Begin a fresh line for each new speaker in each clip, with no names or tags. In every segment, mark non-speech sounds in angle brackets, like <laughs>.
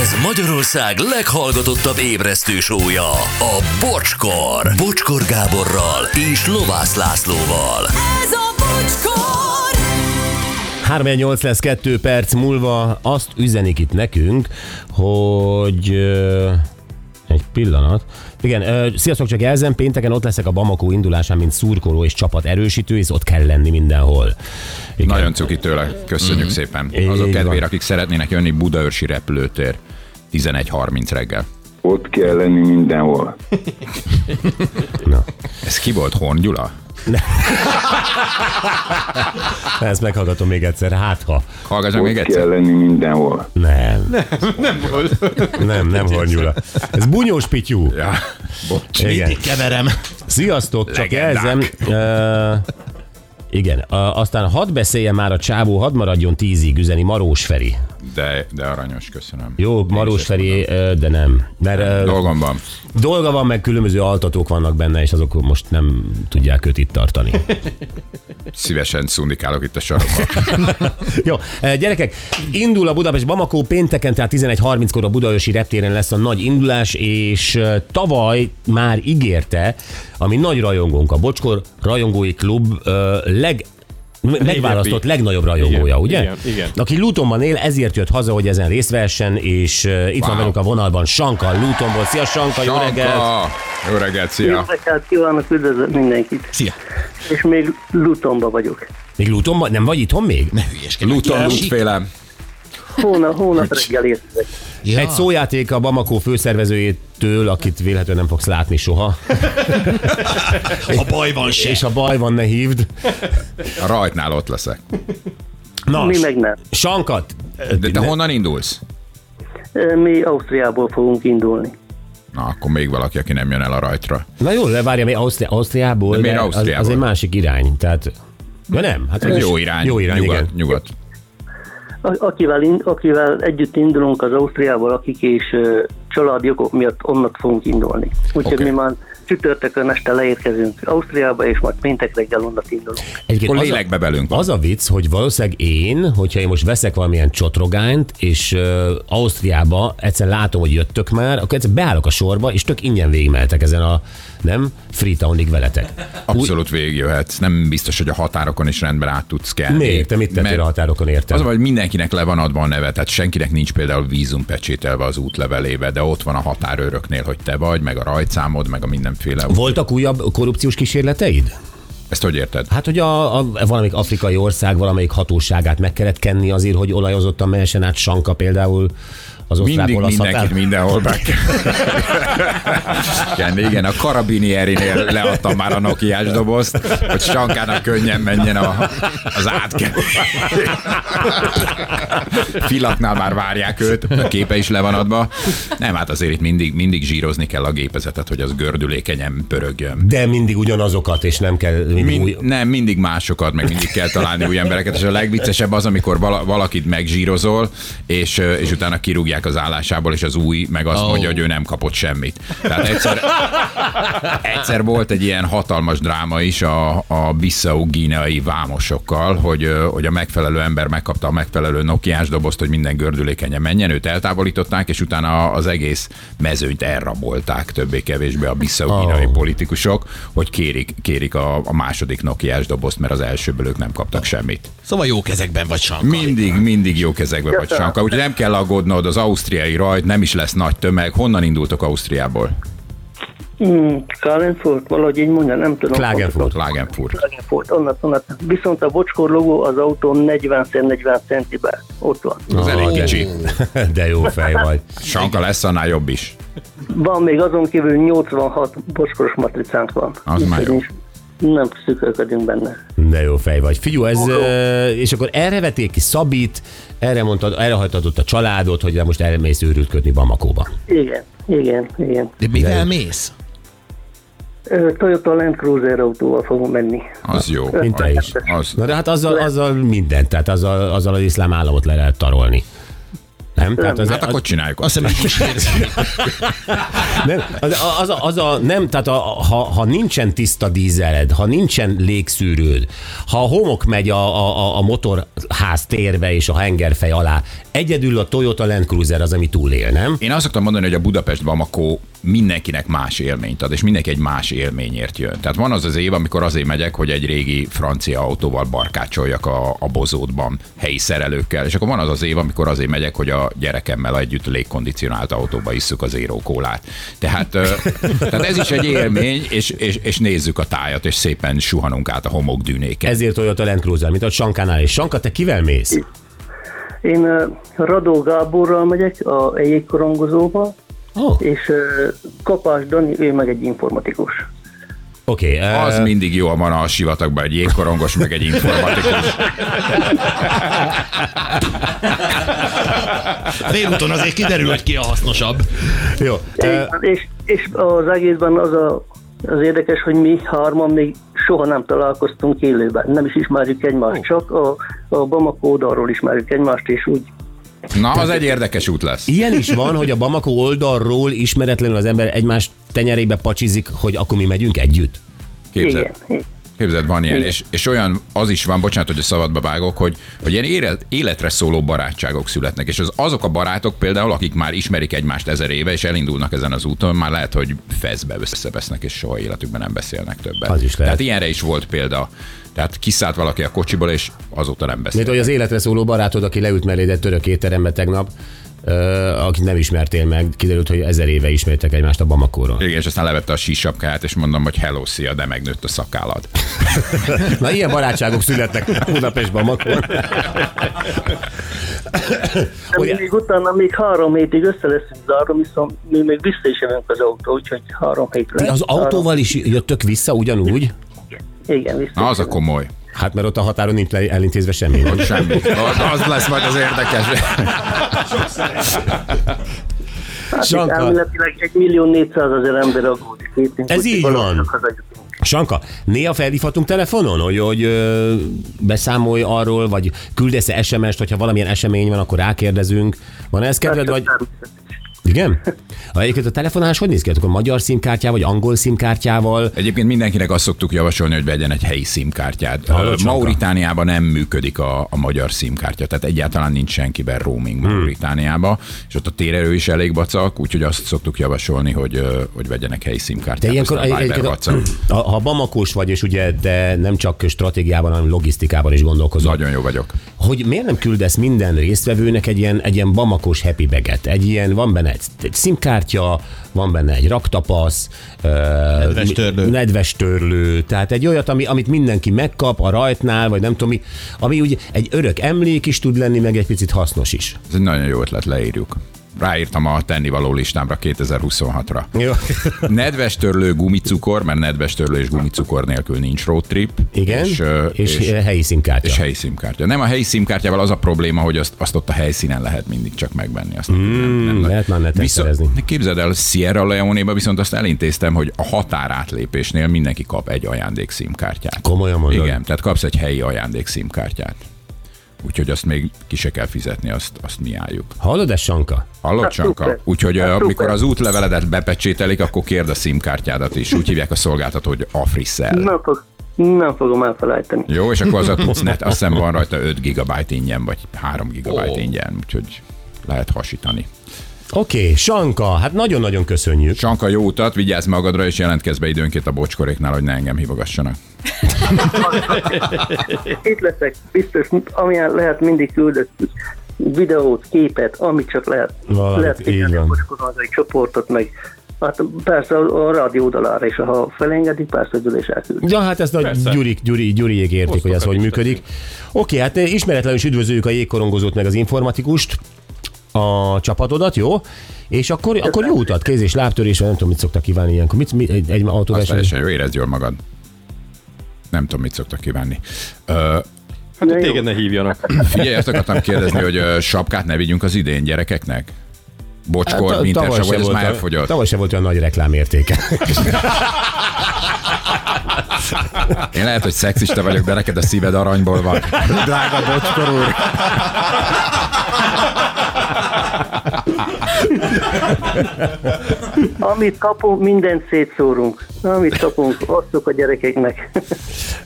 Ez Magyarország leghallgatottabb ébresztő sója, a Bocskor. Bocskor Gáborral és Lovász Lászlóval.
Ez a bocskor!
3-8 lesz 2 perc múlva, azt üzenik itt nekünk, hogy... ö, Egy pillanat. Igen, ö, sziasztok, csak jelzem, pénteken ott leszek a Bamako indulásán, mint szurkoló és csapat erősítő, és ott kell lenni mindenhol. Igen. Mhm.
Nagyon cuki tőle, köszönjük szépen. Azok
Így van.
kedvére, akik szeretnének jönni, Budaörsi repülőtér 11.30 reggel.
Ott kell lenni mindenhol.
Ez ki volt, Horn Gyula?
Ezt meghallgatom még egyszer, hát ha.
Hallgass meg
Ott
még
kell
egyszer.
lenni mindenhol.
Nem. Nem, nem volt. Nem, nem Hornyula. Ez bunyós pityú.
Ja, bocs.
Igen.
Keverem.
Sziasztok, csak
Legendák.
jelzem. Uh, igen, uh, aztán hadd beszéljen már a csávó, hadd maradjon tízig, üzeni Marós Feri.
De, de aranyos, köszönöm.
Jó, Marós Feri, ö, de nem. Mert ö,
Dolgom van.
dolga van, meg különböző altatók vannak benne, és azok most nem tudják őt itt tartani.
Szívesen szundikálok itt a sarokban.
Jó, ö, gyerekek, indul a Budapest Bamako pénteken, tehát 11.30-kor a Budaörsi reptéren lesz a nagy indulás, és ö, tavaly már ígérte, ami nagy rajongónk, a Bocskor Rajongói Klub ö, leg megválasztott legnagyobb rajongója,
Igen,
ugye?
igen, igen.
Aki Lutonban él, ezért jött haza, hogy ezen részt vehessen, és ö, itt van
Wow.
velünk a vonalban Sanka Lutonból. Szia Sanka, <laughs> jó reggelt!
Sanka! Jó reggelt,
Jó
szia!
reggelt kívánok, üdvözlök mindenkit.
Szia.
És még Lutonba vagyok.
Még Lutonban? Nem vagy itthon még?
Ne hülyeskedj.
Luton,
Kiesik.
Lutféle.
Hónap, hónap reggel érkezek.
Ja.
Egy szójáték a Bamako főszervezőjétől, akit véletlenül nem fogsz látni
<laughs>
soha.
A bajban se.
És ha baj van, ne hívd.
Rajtnál ott leszek.
Na,
Mi meg nem.
Sankat!
De te honnan indulsz?
Ö, Mi Ausztriából fogunk indulni.
Na, akkor még valaki, aki nem jön el a rajtra.
Na jó, levárja, mi Ausztri- Ausztriából,
De miért
az- Az,
Ausztriából?
egy másik irány, tehát... Ja nem, hát
Ez
mégis-
jó irány.
Jó irány,
nyugat,
igen.
nyugat.
A- Akivel, in- akivel együtt indulunk az Ausztriából, akik és ö, családi okok miatt onnan fogunk indulni. Úgyhogy
Oké.
mi már csütörtökön este leérkezünk Ausztriába, és majd péntek reggel onnan indulunk.
Egyébként
Akkor
az a-
lélekbe belünk van.
Az a vicc, hogy valószínűleg én, hogyha én most veszek valamilyen csotrogányt, és ö, Ausztriába egyszer látom, hogy jöttök már, akkor egyszer beállok a sorba, és tök ingyen végigmehetek ezen a, nem, Freetownig veletek.
Abszolút végigjöhetsz. Nem biztos, hogy a határokon is rendben át tudsz kelni.
Miért? Te mit tettél
Mert
a határokon érted?
Az, a baj, hogy mindenkinek le van adva a neve, tehát senkinek nincs például vízum pecsételve az útlevelébe, de ott van a határőröknél, hogy te vagy, meg a rajtszámod, meg a mindenféle.
Voltak újabb korrupciós kísérleteid?
Ezt hogy érted?
Hát, hogy a, a valamelyik afrikai ország valamelyik hatóságát meg kellett kenni azért, hogy olajozottan mehessen át Sanka például az
Mindig
osztrák-olasz
mindenkit
határ.
mindenhol be kell- kell. <laughs> Igen, a karabinierinél leadtam már a nokiás dobozt, hogy Sankának könnyen menjen a, az átkelés. Filatnál már várják őt, a képe is le van adva. Nem, hát azért itt mindig, mindig zsírozni kell a gépezetet, hogy az gördülékenyen pörögjön.
De mindig ugyanazokat, és nem kell mindig Mind... új...
Mind, nem, mindig másokat, meg mindig kell találni új embereket, és a legviccesebb az, amikor vala, valakit megzsírozol, és, ö, és utána kirúgják az állásából, és az új meg azt
Ó.
oh. mondja, hogy ő nem kapott semmit. Tehát egyszer, egyszer volt egy ilyen hatalmas dráma is a, a bissau gínai vámosokkal, hogy, ö, hogy a megfelelő ember megkapta a megfelelő nokiás dobozt, hogy minden gördülékenyen menjen, őt eltávolították, és utána az egész mezőnyt elrabolták többé-kevésbé a bissau gínai
Ó.
politikusok, hogy kérik, kérik a, a második nokiás dobozt, mert az elsőből ők nem kaptak semmit.
Szóval jó kezekben vagy, Sanka.
Mindig, mindig jó kezekbe vagy, Sanka. Úgyhogy nem kell aggódnod, az ausztriai rajt nem is lesz nagy tömeg. Honnan indultok Ausztriából?
Hmm, Klagenfurt, valahogy így mondja, nem tudom.
Klagenfurt. <laughs>
Klagenfurt.
Klagenfurt, onnan, onnan. Viszont a bocskor logó az autó 40x40 centiben. Ott van.
Az elég kicsi.
De jó fej vagy.
Sanka lesz annál jobb is.
Van még azon kívül 86 bocskoros matricánk van.
Az már
Úgyhogy
jó.
nincs- Nem szükölködünk benne.
De jó fej vagy. Figyú, ez... ö, És akkor erre vették ki Szabit, erre mondtad, erre hajtatod a családot, hogy most elmész őrült kötni Bamakóba.
Igen, igen, igen.
De mivel mész?
Ö, Toyota Land Cruiser autóval fogunk menni.
Az jó.
Mint te is.
Az.
Na de hát azzal, azzal mindent, tehát azzal, azzal az iszlám államot le lehet tarolni. Nem? Tehát az,
Hát
az,
akkor csináljuk.
Azt hiszem, így is érzünk.
nem, az, az, a, az a, nem, tehát a, ha, ha nincsen tiszta dízeled, ha nincsen légszűrőd, ha a homok megy a, a, a- a motorház térbe és a hengerfej alá, egyedül a Toyota Land Cruiser az, ami túlél, nem?
Én azt szoktam mondani, hogy a Budapest Bamako mindenkinek más élményt ad, és mindenki egy más élményért jön. Tehát van az az év, amikor azért megyek, hogy egy régi francia autóval barkácsoljak a, a bozótban helyi szerelőkkel, és akkor van az az év, amikor azért megyek, hogy a gyerekemmel együtt légkondicionált autóba isszuk az érókólát. Tehát, ö, tehát ez is egy élmény, és, és, és, nézzük a tájat, és szépen suhanunk át a homokdűnéken. Ez...
Ezért Toyota Land Cruiser, mint a Sankánál. És Sanka, te kivel mész?
Én ö, Radó Gáborral megyek a jégkorongozóba,
Oh.
és ö, Kapás Dani, ő meg egy informatikus.
Oké, okay,
Az mindig jól van a sivatagban, egy jégkorongos, meg egy informatikus.
Félúton azért kiderül, hogy ki a hasznosabb.
jó.
Így
Ö,
van, És, és az egészben az a, az érdekes, hogy mi hárman még soha nem találkoztunk élőben. Nem is ismerjük egymást, csak a, a Bamako oldalról ismerjük egymást, és úgy
Na, az egy érdekes út lesz.
Ilyen is van, hogy a Bamako oldalról ismeretlenül az ember egymás tenyerébe pacsizik, hogy akkor mi megyünk együtt.
Képzeld.
igen. igen.
Képzeld, van ilyen, és, és olyan az is van, bocsánat, hogy a szabadba vágok, hogy, hogy ilyen ére- életre szóló barátságok születnek, és az, azok a barátok például, akik már ismerik egymást ezer éve, és elindulnak ezen az úton, már lehet, hogy fezbe összevesznek, és soha életükben nem beszélnek többet.
Az is lehet.
Tehát ilyenre is volt példa. Tehát kiszállt valaki a kocsiból, és azóta nem beszél.
Mint hogy az életre szóló barátod, aki leült melléd egy török étterembe tegnap, ö, akit nem ismertél meg, kiderült, hogy ezer éve ismertek egymást a
<laughs>
Bamakóról.
Igen, és aztán levette a sísapkáját, és mondom, hogy hello, szia, de megnőtt a szakállad.
Na, ilyen barátságok születnek Budapest Bamakón.
De
Ugye-
Ugye? még utána még három hétig össze leszünk zárva, viszont mi még vissza is jövünk az autó, úgyhogy három
Ti
hétre.
az autóval is jöttök vissza ugyanúgy?
Három, igen, vissza.
Na, az a komoly.
Hát mert ott a határon nincs le- elintézve semmi.
Ott semmi. Az- Az lesz majd az érdekes.
hát itt
Sanka.
elméletileg egy millió négyszáz ezer ember aggódik. Hétünk,
Ez
úgyhogy
így
valahogy
van.
csak hazajutunk.
Sanka, néha felhívhatunk telefonon, hogy, hogy ö, beszámolj arról, vagy küldesz -e SMS-t, hogyha valamilyen esemény van, akkor rákérdezünk. Van ez kedved, vagy... Igen? Ha egyébként a telefonálás hogy néz ki? Hát Akkor magyar szimkártyával, vagy angol szimkártyával?
Egyébként mindenkinek azt szoktuk javasolni, hogy vegyen egy helyi szimkártyát.
Hallod, Csonka?
Mauritániában nem működik a, a magyar szimkártya, tehát egyáltalán nincs senkiben roaming Mauritániába, és ott a térerő is elég vacak, úgyhogy azt szoktuk javasolni, hogy, ö, hogy vegyenek helyi szimkártyát.
Te ilyenkor,
aztán Viber,
egyébként,
WhatsApp.
ha- ha bamakós vagy, és ugye te nem csak stratégiában, hanem logisztikában is gondolkozol,
Nagyon jó vagyok.
hogy miért nem küldesz minden résztvevőnek egy ilyen, egy ilyen bamakos happy baget? Egy ilyen, van benne egy, egy szimkártya, van benne egy raktapasz, nedves
törlő.
nedves törlő, tehát egy olyat, ami, amit mindenki megkap a rajtnál, vagy nem tudom mi, ami úgy egy örök emlék is tud lenni, meg egy picit hasznos is.
Ez egy nagyon jó ötlet, leírjuk. Ráírtam a tennivaló listámra 2026-ra.
Jó.
Nedves törlő, gumicukor, mert nedves törlő és gumicukor nélkül nincs road trip.
Igen, és,
ö,
és, és helyi szimkártya.
És helyi szimkártya. Nem a helyi szimkártyával az a probléma, hogy azt, azt ott a helyszínen lehet mindig csak megvenni. Azt mm, nem,
Hmm, lehet már neten szerezni.
Viszont, képzeld el, Sierra leone viszont azt elintéztem, hogy a határátlépésnél mindenki kap egy ajándék szimkártyát.
Komolyan mondod?
Igen, tehát kapsz egy helyi ajándék szimkártyát. Úgyhogy azt még ki se kell fizetni, azt, azt mi álljuk.
Hallod ezt, Sanka?
Hallod,
Hát
Csanka?
szuper.
Úgyhogy
Hát
hát
szuper.
amikor az útleveledet bepecsételik, akkor kérd a szimkártyádat is. Úgy hívják a szolgáltatót, hogy Afrisszel.
Nem, fog, nem fogom elfelejteni.
Jó, és akkor az a tucnet, azt hiszem van rajta 5 gigabyte ingyen, vagy 3 gigabyte
Ó.
oh. ingyen, úgyhogy lehet hasítani.
Oké, okay, Sanka, hát nagyon-nagyon köszönjük.
Sanka, jó utat, vigyázz magadra, és jelentkezz be időnként a bocskoréknál, hogy ne engem hívogassanak.
Itt leszek, biztos, amilyen lehet mindig küldök videót, képet, amit csak lehet.
Valamit, így
lehet figyelni
van.
a Bocskormányzai csoportot, meg hát persze a, a rádió oldalára is, ha felengedik, persze a gyűlés elküld.
Ja, hát ezt a Gyurik, Gyuri, Gyuriék értik, hogy ez hogy működik. Oké, hát ismeretlenül is üdvözöljük a jégkorongozót meg az informatikust, a csapatodat, jó? És akkor, akkor jó utat, kéz és lábtörés, vagy nem tudom, mit szoktak kívánni ilyenkor. Mit, mit egy, egy
Azt
autóverseny?
teljesen jó, érezd jól magad. Nem tudom, mit szoktak kívánni. Ö,
Hát hogy téged ne hívjanak.
figyelj, azt akartam kérdezni, hogy ö, sapkát ne vigyünk az idén gyerekeknek? Bocskor,
Ta-
hát, minden
se
sapkát, ez
volt
már
olyan-
elfogyott.
Tavaly se volt olyan nagy reklámértéke.
Én lehet, hogy szexista vagyok, de neked a szíved aranyból van. Drága bocskor úr.
Amit kapunk, mindent szétszórunk. Amit kapunk, osztjuk a gyerekeknek.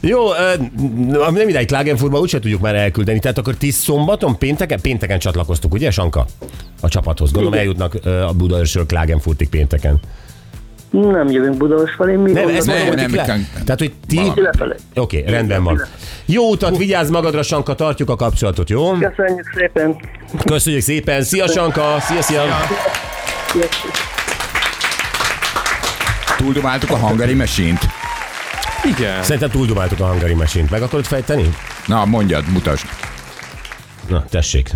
Jó, ö, ami nem ideig Klagenfurtba úgyse tudjuk már elküldeni. Tehát akkor ti szombaton, pénteken, pénteken csatlakoztuk, ugye Sanka? A csapathoz. Gondolom eljutnak ö, a Budaörsről Klagenfurtig pénteken.
<laughs> Nem jövünk Budaos felé, mi
Nem, ez
gondolom,
nem, nem,
nem, nem,
nem, nem,
Mikán-
Tehát, hogy ti...
Valami.
lefele.
Oké, okay, rendben van. Jó utat, vigyázz magadra, Sanka, tartjuk a kapcsolatot, jó?
Köszönjük szépen!
Köszönjük szépen, szia Sanka, szia, szia.
Túldumáltuk a hangari mesint.
Igen.
Szerintem túldobáltuk a hangari mesint. Meg akarod fejteni?
Na, mondjad, mutasd.
Na, tessék.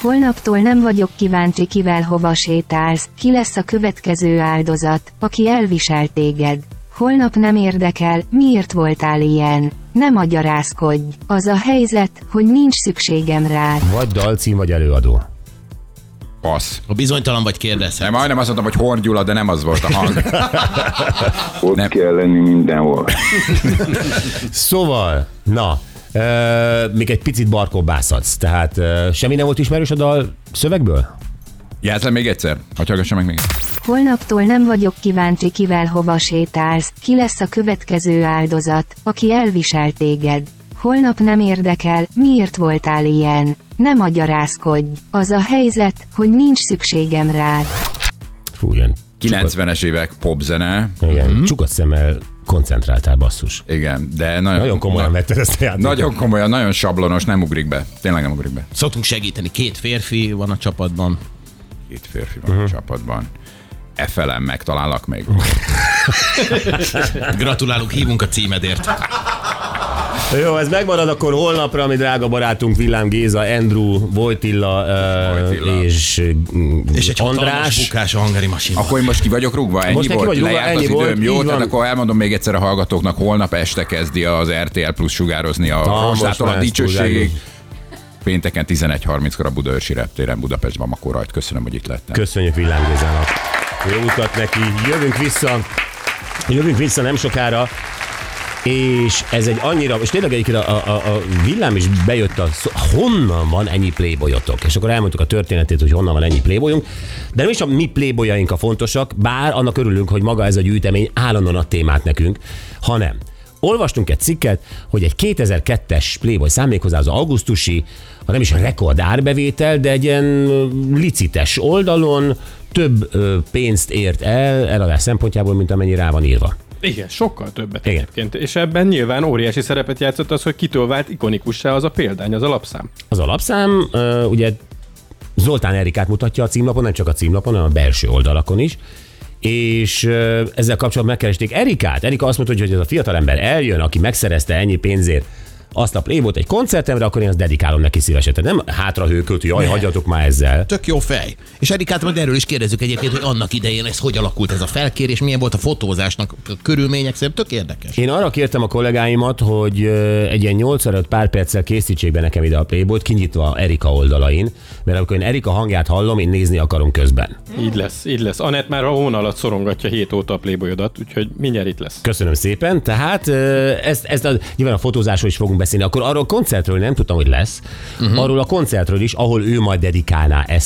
Holnaptól nem vagyok kíváncsi, kivel hova sétálsz, ki lesz a következő áldozat, aki elvisel téged. Holnap nem érdekel, miért voltál ilyen. Nem agyarázkodj. Az a helyzet, hogy nincs szükségem rád.
Vagy dalcím, vagy előadó.
Passz.
A bizonytalan vagy kérdezhet.
Nem, majdnem azt mondtam, hogy Horn Gyula, de nem az volt a hang.
Ott
Nem.
kell lenni mindenhol.
Szóval, na, euh, még egy picit barkóbászatsz, tehát euh, semmi nem volt ismerős a dal szövegből?
Játszál még egyszer? Hogy hallgassam meg még.
Holnaptól nem vagyok kíváncsi, kivel hova sétálsz, ki lesz a következő áldozat, aki elvisel téged. Holnap nem érdekel, miért voltál ilyen. Nem agyarázkodj. Az a helyzet, hogy nincs szükségem rád.
Fú, ilyen
90-es évek popzene.
igen, mm-hmm. csukott szemmel koncentráltál basszus.
Igen, de nagyon,
Nagyon komolyan
na,
vetted ezt a játékot.
nagyon komolyan, nagyon sablonos, nem ugrik be. Tényleg nem ugrik be.
Szoktunk segíteni. Két férfi van a csapatban.
Két férfi van uh-huh. a csapatban. E felem megtalálak még.
Gratulálunk, hívunk a címedért.
Jó, ez megmarad akkor holnapra, ami drága barátunk Villám Géza, Andrew, Vojtilla, ö,
Vojtilla.
és, mm,
És egy hatalmas
András.
bukás a hangari
<laughs>
masinban.
Akkor én most ki vagyok rúgva, ennyi
Most te ki
volt,
vagy rúgva,
lejárt
ennyi
az
volt,
időm. Jó,
így
tehát
van.
akkor elmondom még egyszer a hallgatóknak, holnap este kezdi az RTL Plus sugározni a
Na, most
Rostától
már
a
ezt
dicsőségig.
túlzárjuk.
Pénteken 11.30-kor a Budaörsi Reptéren Budapestben, akkor rajt. Köszönöm, hogy itt lettem.
Köszönjük Villám Gézának. Jó utat neki. Jövünk vissza. Jövünk vissza nem sokára. És ez egy annyira, és tényleg egyébként a, a, a villám is bejött a szó, honnan van ennyi playboyotok? És akkor elmondtuk a történetét, hogy honnan van ennyi playboyunk, de nem is a mi playboyaink a fontosak, bár annak örülünk, hogy maga ez a gyűjtemény állandóan ad témát nekünk, hanem olvastunk egy cikket, hogy egy 2002-es playboy számékhozzá az augusztusi, ha nem is a rekord árbevétel, de egy ilyen licites oldalon több ö, pénzt ért el eladás szempontjából, mint amennyi rá van írva.
Igen, sokkal többet
Igen.
egyébként. És ebben nyilván óriási szerepet játszott az, hogy kitől vált ikonikussá az a példány, az alapszám.
Az alapszám ö, ugye Zoltán Erikát mutatja a címlapon, nem csak a címlapon, hanem a belső oldalakon is, és ö, ezzel kapcsolatban megkeresték Erikát. Erika azt mondta, hogy hogy ez a fiatalember eljön, aki megszerezte ennyi pénzért azt a playboyt egy koncertemre, akkor én azt dedikálom neki szívesen. Tehát nem hátra hőkölt, hogy jaj,
Ne.
hagyjatok már ezzel.
Tök jó fej. És Erikát majd erről is kérdezzük egyébként, hogy annak idején ez hogy alakult ez a felkérés, milyen volt a fotózásnak a körülmények szerint, tök érdekes.
Én arra kértem a kollégáimat, hogy ö, egy ilyen 85 pár perccel készítsék be nekem ide a playboyt, kinyitva Erika oldalain, mert amikor én Erika hangját hallom, én nézni akarom közben.
Így lesz, így lesz. Anett már a hón alatt szorongatja hét óta a playboyodat, úgyhogy mindjárt itt lesz.
Köszönöm szépen. Tehát ö, ezt, ezt a, nyilván a fotózásról is fogunk beszélni. Akkor arról a koncertről nem tudtam, hogy lesz. Uh-huh. Arról a koncertről is, ahol ő majd dedikálná ezt